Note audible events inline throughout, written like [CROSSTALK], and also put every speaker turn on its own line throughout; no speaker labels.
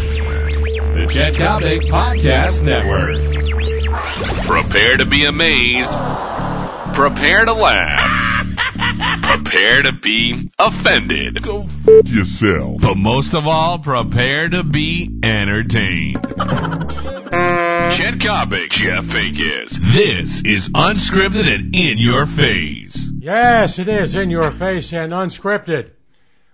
The Chet Kalnick Podcast Network.
Prepare to be amazed. Prepare to laugh. prepare to be offended. Go f- yourself. But most of all, prepare to be entertained. Chet Kopic, Jeff Akins. This is unscripted and in your face.
Yes, it is in your face and unscripted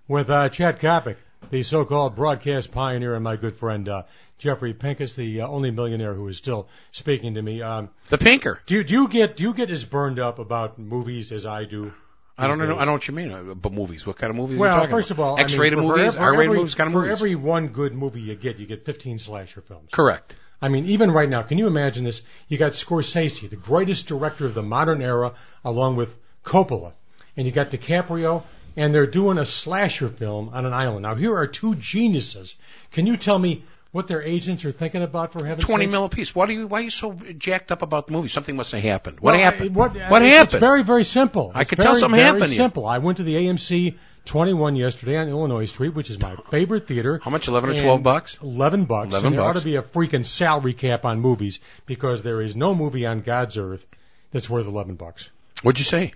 with uh, Chet Kopic, the so-called broadcast pioneer, and my good friend uh, Jeffrey Pincus, the uh, only millionaire who is still speaking to me. Um,
The pinker.
do you do you get do you get as burned up about movies as I do?
I don't know. I don't know what you mean. uh, But movies. What kind of movies? are you
Well,
talking
first
about?
of all,
X-rated
I mean, for- for
movies,
every-
R-rated
every-
movies, kind of
for
movies.
every one good movie you get, you get 15 slasher films.
Correct.
I mean, even right now, can you imagine this? You got Scorsese, the greatest director of the modern era, along with Coppola, and you got DiCaprio, and they're doing a slasher film on an island. Now, here are two geniuses. Can you tell me what their agents are thinking about for heaven's
Twenty
sakes?
mil apiece. Why do you? Why are you so jacked up about the movie? Something must have happened. What
Well, I-
happened?
What, it's-
What
It's
happened?
very, very simple.
I
It's
could tell
very,
something
very
happened here.
simple. I went to the AMC 21 yesterday on Illinois Street, which is my favorite theater.
How much? Eleven or
And
twelve bucks?
11 bucks.
11
and there ought
bucks.
to be a freaking salary cap on movies because there is no movie on God's earth that's worth 11 bucks.
What'd you say?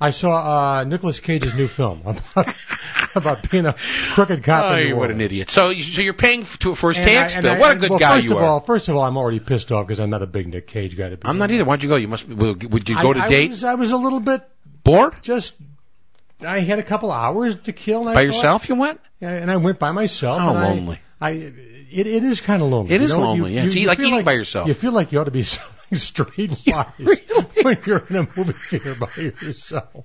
I saw uh, Nicolas Cage's new film [LAUGHS] about, about being a crooked cop. in New
what an
Orleans.
idiot. So, you- so you're paying f- to a first
And I-
tax
and
bill.
I-
what a
and-
good
well,
guy
first
you
of
are.
all, first of all, I'm already pissed off because I'm not a big Nick Cage guy to be.
I'm not either. Why'd you go? You must. Would would you go to
I,
date?
I was, I was a little bit
Bored
just I had a couple hours to kill. And I
by
thought-
yourself? Oh, You went.
Yeah, and I went by myself.
How
and I-
lonely.
I, it, it is kind of lonely.
It
you
is
know?
lonely, yeah. It's eat- like
feel
eating by yourself.
You feel like you ought to be [LAUGHS] selling street wise when you're in a movie theater by yourself.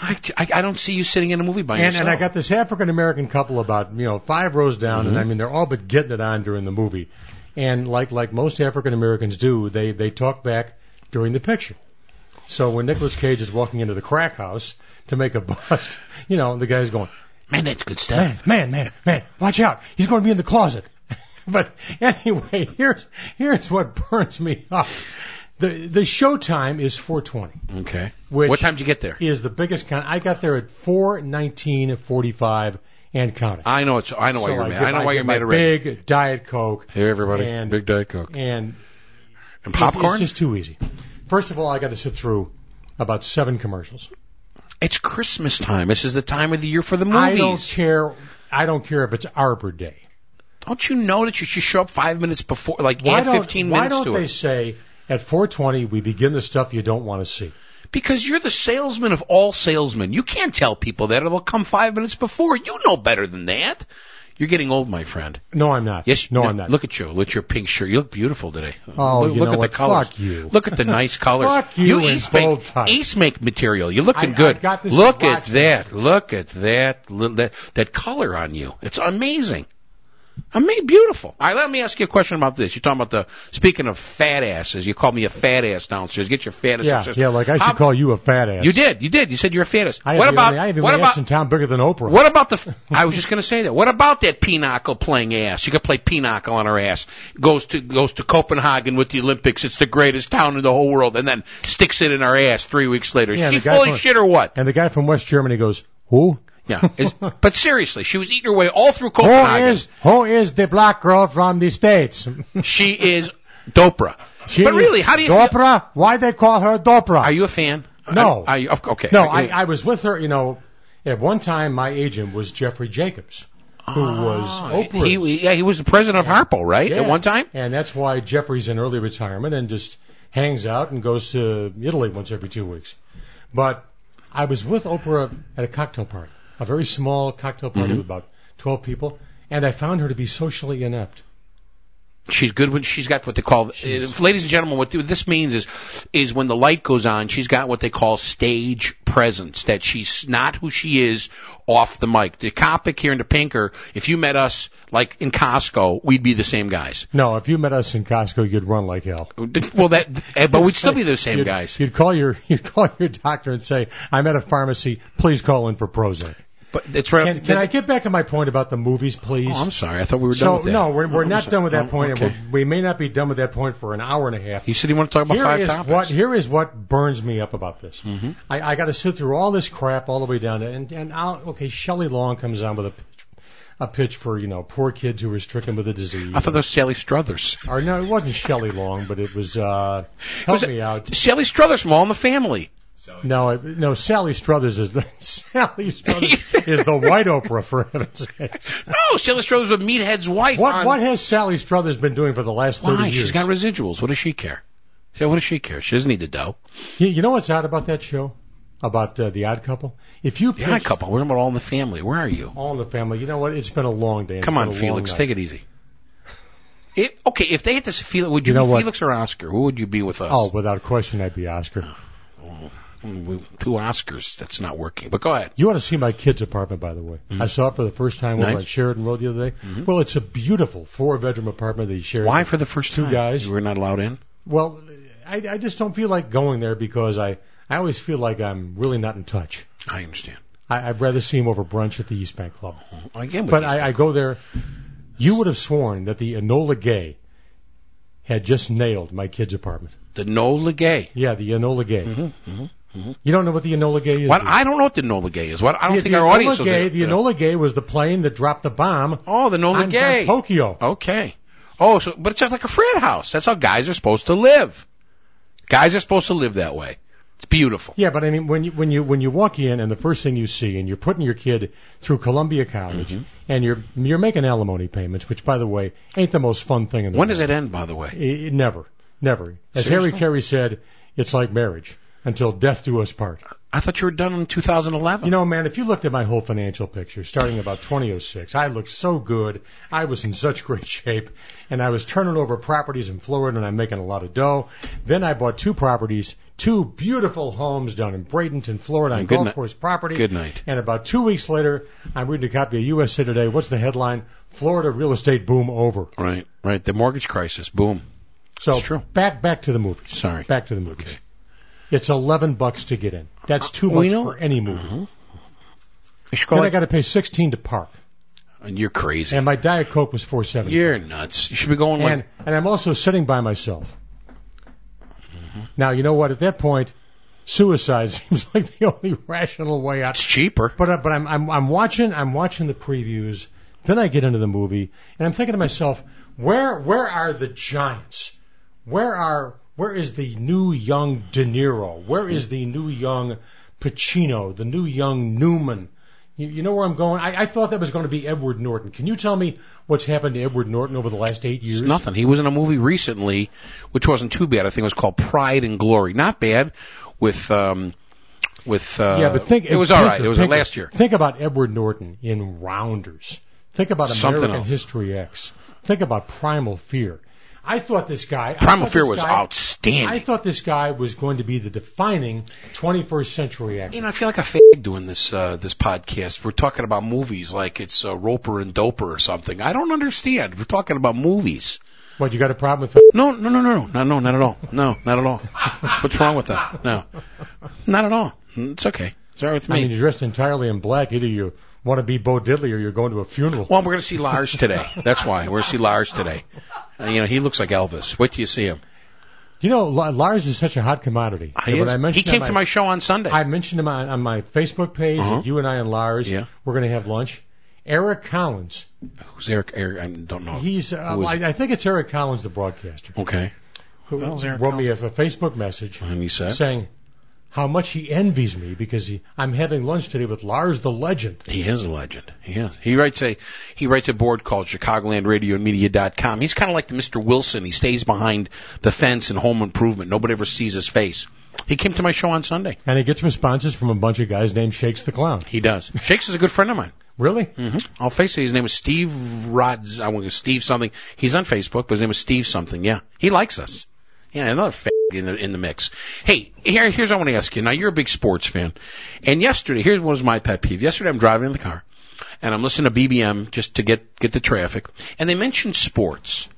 I, I, I don't see you sitting in a movie by
And,
yourself.
and I got this African American couple about you know five rows down, and I mean they're all but getting it on during the movie, and like like most African Americans do, they they talk back during the picture. So when Nicolas Cage is walking into the crack house to make a bust, [LAUGHS] you know the guy's going,
man, that's good stuff.
man, man, man, watch out. He's going to be in the closet. [LAUGHS] but anyway, here's here's what burns me up. The the showtime is 4:20.
Okay.
Which-
what time did you get there?
Is the biggest count. I got there at 4:19:45 and counting.
I know it's. I know why
So
you're
I
mad.
get
I know
my-
why
get
you're
my
mad already.
Big diet coke
Hey everybody,
and-
big diet coke
and
and popcorn.
It's just too easy. First of all, I got to sit through about seven commercials.
It's Christmas time. This is the time of the year for the
I don't
movies.
care. I don't care if it's Arbor Day.
Don't, you know that you should show up five minutes before, like add
don't-
15
why
minutes
don't
to
they
it?
say at 4:20 we begin the stuff you don't want to see?
Because you're the salesman of all salesmen. You can't tell people that. It'll come five minutes before. You know better than that. You're getting old, my friend.
No, I'm not.
Yes,
no, I'm not.
Look at you. Look at your pink shirt. You look beautiful today.
Oh,
look,
you
look
know
at
what?
the colors.
Fuck you.
Look at the
[LAUGHS]
nice colors.
Fuck you and
East make,
bold type.
East make material. You're looking
I- I
good.
got this
look
watch.
at that. Look at that. li- That that color on you. It's amazing. I mean, beautiful. All right, let me ask you a question about this. You're talking about the speaking of fat asses. You called me a fat ass downstairs. Get your fat ass
yeah,
upstairs.
yeah. Like I should
How-
call you a fat ass.
You did. You did. You said you're a fat ass.
I have
what
the
about
only, I have the
what
only ass
about
in town bigger than Oprah.
what about the? I was just going to say that. What about that Pinochle playing ass? You could play Pinochle on her ass. Goes to goes to Copenhagen with the Olympics. It's the greatest town in the whole world, and then sticks it in her ass three weeks later.
Yeah,
she
the guy
full
from-
of shit or what?
And the guy from West Germany goes, "Who?
Yeah.
[LAUGHS]
It's- but seriously, she was eating her way all through
Who
Copenhagen.
is who is the black girl from the
[LAUGHS]
states?"
She is Dopra.
She
but
is
really, how do you? feel?
Dopra? Why they call her Dopra?
Are you a fan?
No.
Are you, okay.
no, I, I was with her. You know, at one time my agent was Jeffrey Jacobs, who was Oprah's.
Ah, He, yeah, he was the president of Harpo, right?
Yeah.
At one time.
And that's why Jeffrey's in early retirement and just hangs out and goes to Italy once every two weeks. But I was with Oprah at a cocktail party, a very small cocktail party
Mm-hmm.
with about 12 people, and I found her to be socially inept.
She's good when she's got what they call, uh, ladies and gentlemen, what this means is, is when the light goes on, she's got what they call stage presence, that she's not who she is off the mic. The Copic here and the Pinker, if you met us, like in Costco, we'd be the same guys.
No, if you met us in Costco, you'd run like hell.
Well, that, eh, but we'd still be the same
You'd-
guys.
You'd call your [LAUGHS] you'd call your doctor and say, "I'm at a pharmacy. Please call in for Prozac."
But that's right.
Can, can I get back to my point about the movies, please?
Oh, I'm sorry. I thought we were done
so
with that.
no, we're, we're
Oh,
not
I'm
done with that point.
sorry. Oh,
and
okay.
we're- We may not be done with that point for an hour and a half.
You said you want to talk about
Here
five
is
topics. Mm-hmm.
what here is what burns me up about this. I, I got to sit through all this crap all the way down to, and and I'll, okay, Shelley Long comes on with a a pitch for you know poor kids who were stricken with a disease.
I thought that was Sally Struthers.
or no, it wasn't Shelley Long, but it was uh, help
[LAUGHS] was-
me out.
Sally Struthers from All in the Family.
No, it- no, Sally Struthers is the [LAUGHS] Sally Struthers is the white Oprah for heaven's sakes.
[LAUGHS] No, Oh, Sally Struthers was Meathead's wife.
What
on-
what has Sally Struthers been doing for the last thirty
Why?
years?
She's got residuals. What does she care? So what does she care? She doesn't need the dough.
you, you know what's odd about that show, about uh, the Odd Couple? If you
Yeah,
pitch
couple. We're about all in the family. Where are you?
All in the Family, you know what? It's been a long day. and
Come
it's
on,
been a
Felix.
long night.
Take it easy. It, okay, if they hit this, Felix, would you,
You know
be
what?
Felix or Oscar? Who would you be with us?
Oh, without question, I'd be Oscar.
Mm, two Oscars. That's not working. But go ahead.
You want to see my kid's apartment, by the way. I saw it for the first time over
Mm-hmm. Nice. Mm-hmm.
on Sheridan Road the other day. Well, it's a beautiful four-bedroom apartment that he shared.
Why for the first
Two
time?
guys.
You were not allowed in.
Well, I, I just don't feel like going there because I, I always feel like I'm really not in touch.
I understand. Mm-hmm.
I, I'd rather see him over brunch at the East Bank Club.
Again, with
But
these
I, I go there. You would have sworn that the Enola Gay had just nailed my kid's apartment.
The Nola Gay.
Yeah, the Enola Gay. Mm-hmm. You don't know what the Enola Gay is?
Mm-hmm. What?
do you?
I don't know what the Nola Gay is. What? I don't
the,
think
the
our
Enola
audience was
Gay,
there.
the Enola Gay was the plane that dropped the bomb
Oh, the Nola
on,
Gay.
on Tokyo.
Okay. Oh, so but it's just like a frat house. That's how guys are supposed to live. Guys are supposed to live that way. It's beautiful.
Yeah, but I mean, when you when you when you walk in and the first thing you see, and you're putting your kid through Columbia College,
Mm-hmm.
and you're you're making alimony payments, which by the way ain't the most fun thing in the
When does
world.
it end, by the way?
It, it never, never. As
Seriously?
Harry Carey said, it's like marriage until death do us part.
I thought you were done in 2011.
You know, man, if you looked at my whole financial picture starting about 2006, I looked so good. I was in such [LAUGHS] great shape and I was turning over properties in Florida and I'm making a lot of dough. Then I bought two properties, two beautiful homes down in Bradenton, Florida on
Good
golf
night.
course property.
Good night.
And about two weeks later, I'm reading a copy of USA Today. What's the headline? Florida real estate boom over.
right, right. The mortgage crisis. Boom.
So
It's true.
back, back to the movies.
Sorry.
Back to the movies. It's 11 bucks to get in. That's too much
we Oh, know- Uh-huh.
for any movie.
You should
Then
call
I got to pay 16 to park.
and you're crazy.
and my diet coke was 470
You're nuts. You should be going
and
like
and i'm also sitting by myself now you know what at that point suicide [LAUGHS] seems like the only rational way out
it's cheaper.
but uh, but I'm, I'm i'm watching i'm watching the previews then i get into the movie and i'm thinking to myself where where are the giants where are where is the new young de niro where is the new young pacino the new young newman you, you know where I'm going? I, I thought that was going to be Edward Norton. Can you tell me what's happened to Edward Norton over the last eight years?
It's nothing. He was in a movie recently, which wasn't too bad. I think it was called Pride and Glory. Not bad. With um, with uh,
yeah, but think
it was
Pinker,
all right. It was
Pinker.
last year.
Think about Edward Norton in Rounders. Think about
Something
American
else.
History X. Think about Primal Fear. I thought this guy. I
Primal
thought
Fear
this
was
guy-
outstanding.
I thought this guy was going to be the defining 21st century actor.
You know, I feel like a fag doing this uh, this podcast. We're talking about movies like it's uh, Roper and Doper or something. I don't understand. We're talking about movies.
What you got a problem with?
No, no, no, no, no, no, not at all. No, not at all. What's wrong with that? No, not at all. It's okay. It's all right with
I mean,
me.
you're dressed entirely in black. Either you want to be Bo Diddley or you're going to a funeral.
Well, we're going to see Lars today. That's why we're going to see Lars today. Uh, you know, he looks like Elvis. Wait till you see him.
You know, La- Lars is such a hot commodity.
He,
When
is-
I
he
mentioned
came
on
to my show on Sunday.
I mentioned him on, on my Facebook page.
Uh-huh.
that You and I and Lars,
Yeah.
we're going to have lunch. Eric Collins,
Who's Eric? Eric I don't know.
He's, uh,
Who is it?
I, I think it's Eric Collins, the broadcaster,
okay.
who
Well, it's
wrote
Eric
me a, a Facebook message
And he said
saying how much he envies me because he, I'm having lunch today with Lars the Legend.
He is a legend. He is. He writes a he writes a board called ChicagolandRadioMedia.com. He's kind of like the Mr. Wilson. He stays behind the fence in Home Improvement. Nobody ever sees his face. He came to my show on Sunday.
And he gets responses from a bunch of guys named Shakes the Clown.
He does. Shakes is a good friend of mine.
Really?
Mm-hmm. I'll face it. His name is Steve Rods. I want to Steve something. He's on Facebook, but his name is Steve something. Yeah, he likes us. Yeah, another f- in the in the mix. Hey, here here's what I want to ask you. Now you're a big sports fan, and yesterday here's what was my pet peeve. Yesterday I'm driving in the car, and I'm listening to BBM just to get get the traffic, and they mentioned sports.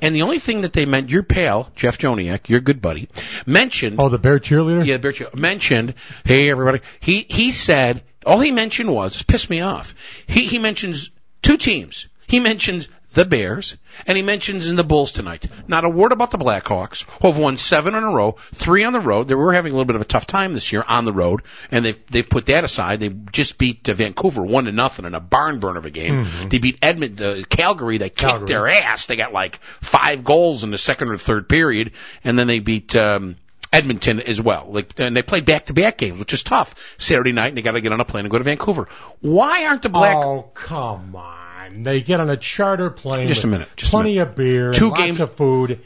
And the only thing that they meant, your pal, Jeff Joniak, your good buddy, mentioned
Oh, the bear cheerleader?
yeah, Birchfield mentioned, hey everybody. He he said all he mentioned was this pissed me off. He he mentions two teams. He mentions the Bears, and he mentions in the Bulls tonight. Not a word about the Blackhawks, who have won seven in a row, three on the road. They were having a little bit of a tough time this year on the road, and they've they've put that aside. They just beat uh, Vancouver one to nothing in a barn burner of a game. They beat Edmund, uh, Calgary. They kicked
Calgary.
their ass. They got like five goals in the second or third period, and then they beat. Um, Edmonton as well. Like, and they play back to back games, which is tough. Saturday night, and they got to get on a plane and go to Vancouver. Why aren't the Black?
Oh, come on. They get on a charter plane.
Just a
with
minute, just a
plenty of beer.
Two
lots
games-
of food.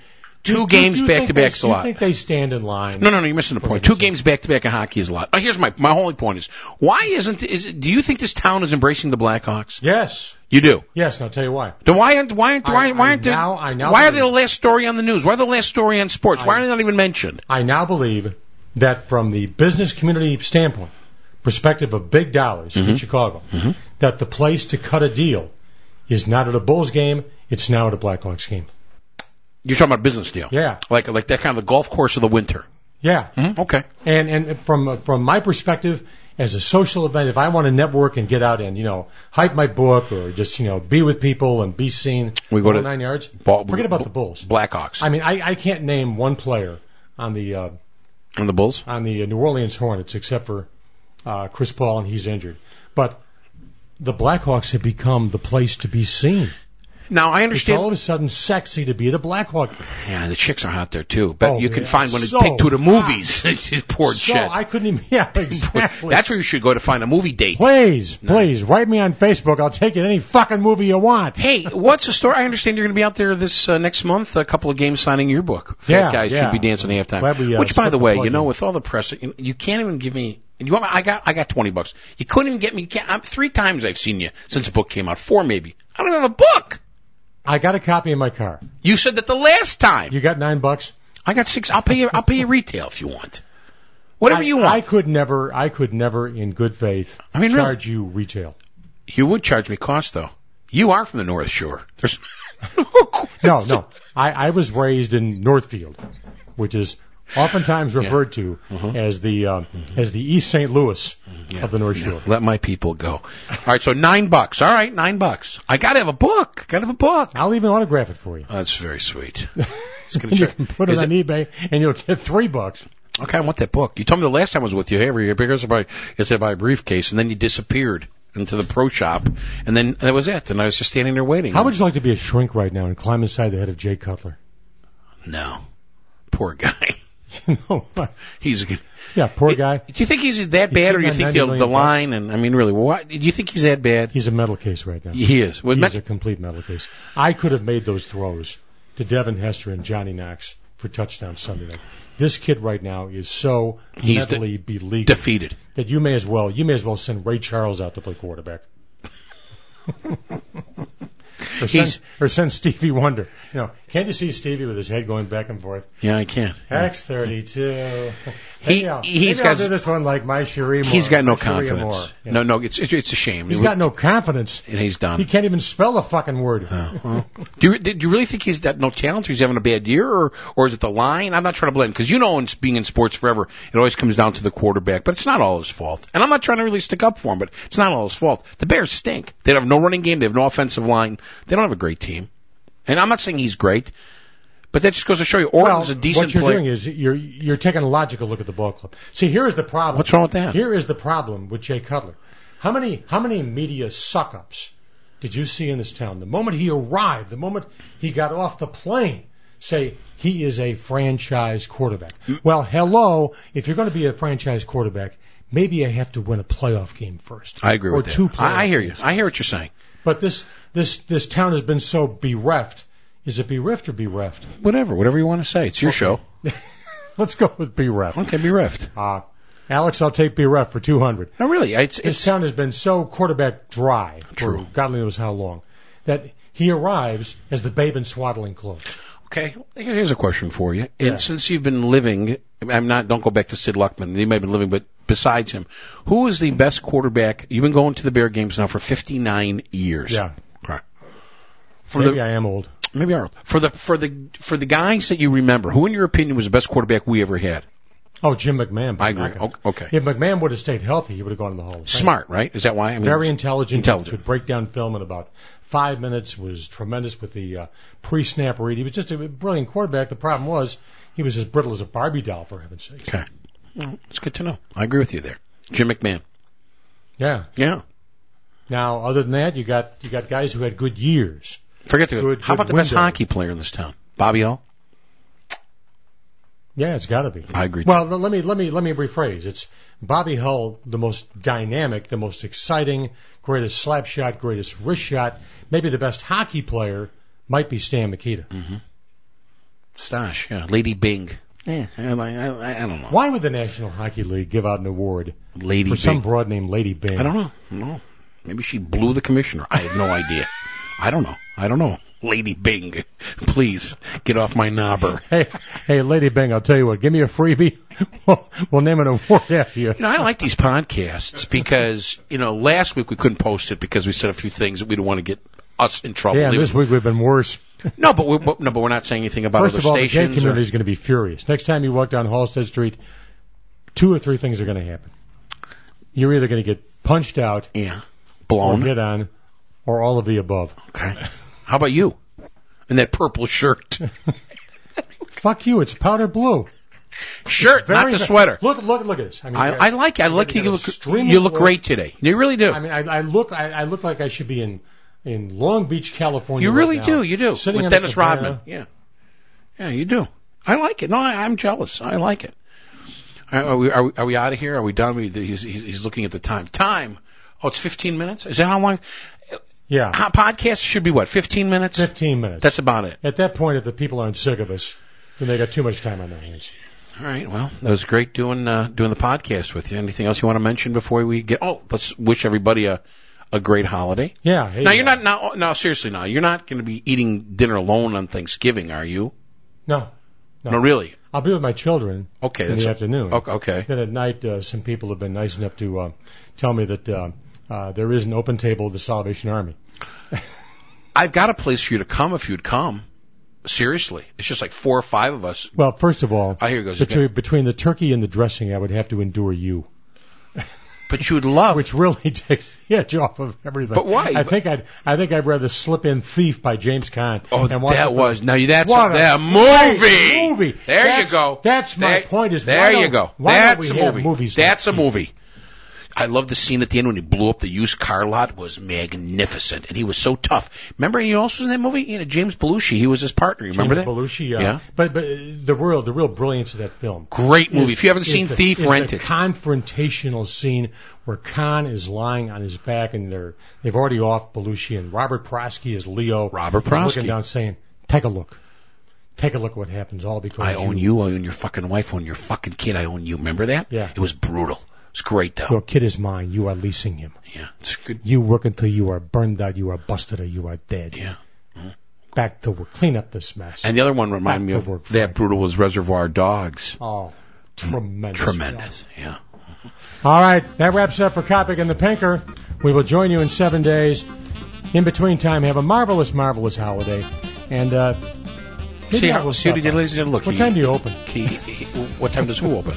two
Do- do
games
you
back to
think they-
back's a
do you
lot.
think they stand in line?
No, no, no. You're missing the point. Two games back to back in hockey is a lot. Oh, here's my my only point is why isn't is do you think this town is embracing the Blackhawks?
Yes.
You do.
Yes, and I'll tell you why.
Then why aren't why aren't why,
I-
why
I
aren't they,
now- I now
why are they
believe-
the last story on the news? Why are they the last story on sports? why are they not even mentioned?
I now believe that from the business community standpoint, perspective of big dollars in Chicago, that the place to cut a deal is not at a Bulls game, it's now at a Blackhawks game.
You're talking about business deal.
Yeah. Mm-hmm.
Like like that kind of the golf course of the winter.
Yeah.
Okay.
And and from from my perspective, as a social event, if I want to network and get out and you know hype my book or just you know be with people and be seen,
We go
all
to-
nine yards.
Ball-
Forget about
B-
the Bulls.
Blackhawks.
I mean, I, I can't name one player on the uh,
and the Bulls?
on the uh, New Orleans Hornets except for uh, Chris Paul and he's injured, but. The Blackhawks have become the place to be seen.
Now I
It's all
understand
of a sudden sexy to be at a Blackhawk.
Yeah, the chicks are hot there too. But
Oh,
you can
yeah.
find one to
So
take to the movies. [LAUGHS] Poor
So
shit.
I couldn't even. [LAUGHS] Yeah, exactly.
That's where you should go to find a movie date.
Please, please, write me on Facebook. I'll take you to any fucking movie you want.
Hey, what's the story? I understand you're going to be out there this uh, next month, a couple of games signing your book. Fat
Yeah,
guys
yeah.
should be dancing at halftime.
Glad we, uh,
Which, by
stuck
the
the
way,
plug
you know,
in.
with all the press, you, you can't even give me. You want, my- I got I got twenty bucks. You couldn't even get me. Can't, I'm, three times I've seen you since the book came out. Four maybe. I don't have a book.
I got a copy in my car.
You said that the last time.
You got nine bucks.
I got six. I'll pay you. I'll pay you retail if you want. Whatever
I,
you want.
I could never. I could never, in good faith,
I mean, really.
charge you retail.
You would charge me cost though. You are from the North Shore. There's no,
No, [LAUGHS]
question.
no. I, I was raised in Northfield, which is oftentimes referred to
Mm-hmm.
as the uh, as the East St. Louis of the North Shore.
Let my people go. All right, so nine bucks. All right, nine bucks. I gotta have a book. Gotta have a book.
I'll even autograph it for you.
Oh, that's very
[LAUGHS]
sweet. It's gonna
And you
check-
can put it
is
on e- eBay, and you'll get three bucks.
okay, I want that book. You told me the last time I was with you. Hey, every here's my it's in my briefcase, and then you disappeared into the pro shop, and then that was it. And I was just standing there waiting.
How would you like to be a shrink right now and climb inside the head of Jay Cutler? [LAUGHS]
No, poor guy. [LAUGHS]
You know,
He's. a good-
yeah, poor guy.
Do you think he's that bad,
sitting
or you
on
think
90
the,
million
the
bucks.
line? And I mean, really, what? Do you think he's that bad?
He's a metal case right now.
He is. Well,
He's
Met-
a complete metal case. I could have made those throws to Devin Hester and Johnny Knox for touchdown Sunday night. This kid right now is so
He's de-
mentally beleaguered
defeated.
that you may as well you may as well send Ray Charles out to play
[LAUGHS]
quarterback. or,
He's-
send, or send Stevie Wonder. You know, can't you see Stevie with his head going back and forth?
Yeah, I can.
X thirty two.
He- he's
maybe I'll
got-
do this one like my Sheree Moore.
He's got no
my Sheree Moore.
confidence.
Yeah.
No, no, it's it's, it's a shame.
He's got no confidence.
and he's done.
He can't even spell the fucking word.
Oh. do you do you really think he's got no talent? Or he's having a bad year, or or is it the line? I'm not trying to blame because you know, in being in sports forever, it always comes down to the quarterback. But it's not all his fault, and I'm not trying to really stick up for him. But it's not all his fault. The Bears stink. They have no running game. They have no offensive line. They don't have a great team. And I'm not saying he's great, but that just goes to show you Orton's a decent
what you're
player.
doing is you're you're taking a logical look at the ball club. See, here is the problem.
What's wrong with that?
Here is the problem with Jay Cutler. How many how many media suck ups did you see in this town? The moment he arrived, the moment he got off the plane, say he is a franchise quarterback.
Mm.
Well, hello, if you're going to be a franchise quarterback, maybe I have to win a playoff game first.
I agree
or
with
two
that. I, I
playoff
hear you.
games.
I hear what you're saying.
But this this this town has been so bereft. Is it bereft or bereft?
Whatever, whatever you want to say. It's your show.
Let's go with bereft.
Okay, be riffed.
Uh, Alex, I'll take BRF for 200.
No, really, it's
This
it's
town has been so quarterback dry
True.
for God knows how long that he arrives as the babe in swaddling clothes.
Okay, here's a question for you. And since you've been living, I'm not. Don't go back to Sid Luckman. They may have been living, but besides him, who is the best quarterback? You've been going to the Bear games now for 59 years.
Yeah.
Right. For
Maybe
the
I am old.
maybe I, for the for the for the guys that you remember, who in your opinion was the best quarterback we ever had?
Oh, Jim McMahon.
I agree.
Back up.
O- okay.
If McMahon would have stayed healthy, he would have gone to the Hall of Fame.
Smart, right? Is that why? I mean,
Very intelligent.
Intelligent.
Could break down film in about five minutes. Was tremendous with the uh, pre-snap read. He was just a brilliant quarterback. The problem was he was as brittle as a Barbie doll, for heaven's sakes.
Okay. Well, it's good to know. I agree with you there. Jim McMahon.
Yeah.
Yeah.
Now, other than that, you got you got guys who had good years.
Forget the.
Good-
how
good
about the best
window.
hockey player in this town? Bobby O.
Yeah, it's got to be.
I agree.
Well, let me let me let me rephrase. It's Bobby Hull, the most dynamic, the most exciting, greatest slap shot, greatest wrist shot, maybe the best hockey player might be Stan Mikita.
Stash. Yeah. Lady Bing. Yeah. I, I, I don't know.
Why would the National Hockey League give out an award
Lady
for
Bing.
some broad named Lady Bing?
I don't know. No. Maybe she blew the commissioner. I have no idea. I don't know. I don't know. Lady Bing, please get off my knobber.
Hey, hey, Lady Bing, I'll tell you what. Give me a freebie. [LAUGHS] we'll, we'll name an award [LAUGHS] after you.
You know, I like these podcasts because, you know, last week we couldn't post it because we said a few things that we don't want to get us in trouble.
Yeah,
It
this
was-
week we've been worse.
no, but we're, but- no, but we're not saying anything about
First
other
of all, the gay
stations. or-
community is going to be furious. Next time you walk down Halstead Street, two or three things are going to happen. You're either going to get punched out,
yeah,
or
blown.
hit on, or all of the above.
Okay. How about you? In that
[LAUGHS]
purple shirt,
Fuck you! It's powder blue.
shirt, not the
ve-
sweater.
Look, look, look at this. I mean,
I, I like. I like that you
an
look.
extremely
You look
well-
great today. You really do.
I mean, I, I look, I, I look like I should be in in Long Beach, California.
You
right
really
now,
do. You do.
uh, Sitting on
With
a
Dennis
cabana.
Rodman. Yeah. Yeah, you do. I like it. No, I, I'm jealous. I like it. Uh, Are are we, are we, are we out of here? Are we done? We, he's, he's, he's looking at the time. Time. Oh, it's 15 minutes? Is that how long?
Yeah,
How, podcasts should be what? 15 minutes?
fifteen minutes.
That's about it.
At that point, if the people aren't sick of us, then they got too much time on their hands.
All right. Well, that was great doing, uh, doing the podcast with you. Anything else you want to mention before we get, oh, let's wish everybody a, a great holiday.
Yeah. Hey,
Now you're not, now, now seriously now, you're not going to be eating dinner alone on Thanksgiving, are you?
No,
No, really?
I'll be with my children
Okay.
in
that's-
the afternoon.
okay, okay.
Then at night, uh, some people have been nice enough to uh, tell me that uh, uh, there is an open table of the Salvation Army.
I've got a place for you to come if you'd come. Seriously. It's just like four or five of us.
Well, first of all,
Oh, here it goes
between,
again.
between the turkey and the dressing, I would have to endure you,
But you would love.
which really [LAUGHS] takes the edge off of everything.
But why?
I think I'd I think I'd rather slip in Thief by James Caan.
oh,
and watch
that
it-
was. Now that's
What a
that
great
movie.
movie.
There
That's-
you go.
that's my
There-
point is why
there you
don't-
go.
why don't we
that's a
have
movie.
movies like
that's a movie. I love the scene at the end when he blew up the used car lot was magnificent, and he was so tough. Remember, he also was in that movie, you know, James Belushi. He was his partner. You remember
James
that?
Belushi. Uh,
Yeah.
But but uh, the real the real brilliance of that film.
Great movie.
is-
if you haven't
is
seen
the-
Thief,
is
rent
the
it.
confrontational scene where Khan is lying on his back and they're they've already off Belushi and Robert Prosky is Leo.
Robert
He's looking
Prosky.
down saying, "Take a look, take a look what happens." All because
I own you. I own your fucking wife. I own your fucking kid. I own you. Remember that?
Yeah.
It was brutal. It's great though.
Your kid is mine. You are leasing him.
Yeah. It's good.
You work until you are burned out. You are busted, or you are dead.
Yeah.
Back to work. Clean up this mess.
And the other one reminded me
Back
of
to work,
that brutal was Reservoir Dogs.
oh, tremendous.
Tremendous. Yeah.
All right, that wraps it up for Kopic and the Pinker. We will join you in seven days. In between time, have a marvelous, marvelous holiday. And uh, maybe
See
I
how
will
see what he
stop
did,
by.
ladies and gentlemen. Look,
What
he-
time do you open?
he- he- what time does who open?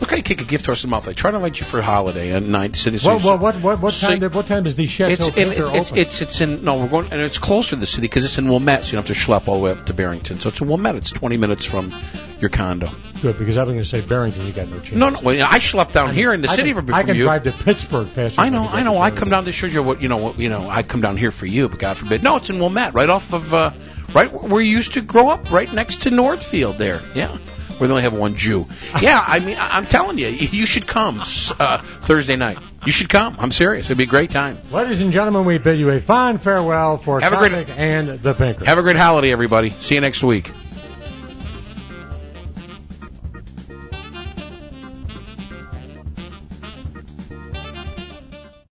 Look how you kick a gift horse in the mouth. I try to invite you for a holiday at night. So, so,
What what what what, what
so-
time? did- what time does the Chateau
It's in,
Pinker
it's, it's
open?
it's it's in no we're going and it's closer to the city because it's in Wilmette, so you don't have to schlep all the way up to Barrington. So it's in Wilmette. It's 20 minutes from your condo.
Good because I was going to say Barrington. You got no chance.
No, no. Well, I schlepped down here in the
I
city
can,
from, from
I can
you.
drive to Pittsburgh faster.
I
than
know,
can
I
drive
know.
to
I
Barrington.
come down to show you what you know. What you know, I come down here for you, but God forbid. No, it's in Wilmette, right off of uh, right where you used to grow up, right next to Northfield. There, yeah, where they only have one Jew. Yeah, I mean, I- I'm telling you, you should come s- uh, Thursday night. You should come. I'm serious. It'd be a great time.
Ladies and gentlemen, we bid you a fine farewell for
Have a great-
Kopic and the Pinker.
Have a great holiday, everybody. See you next week.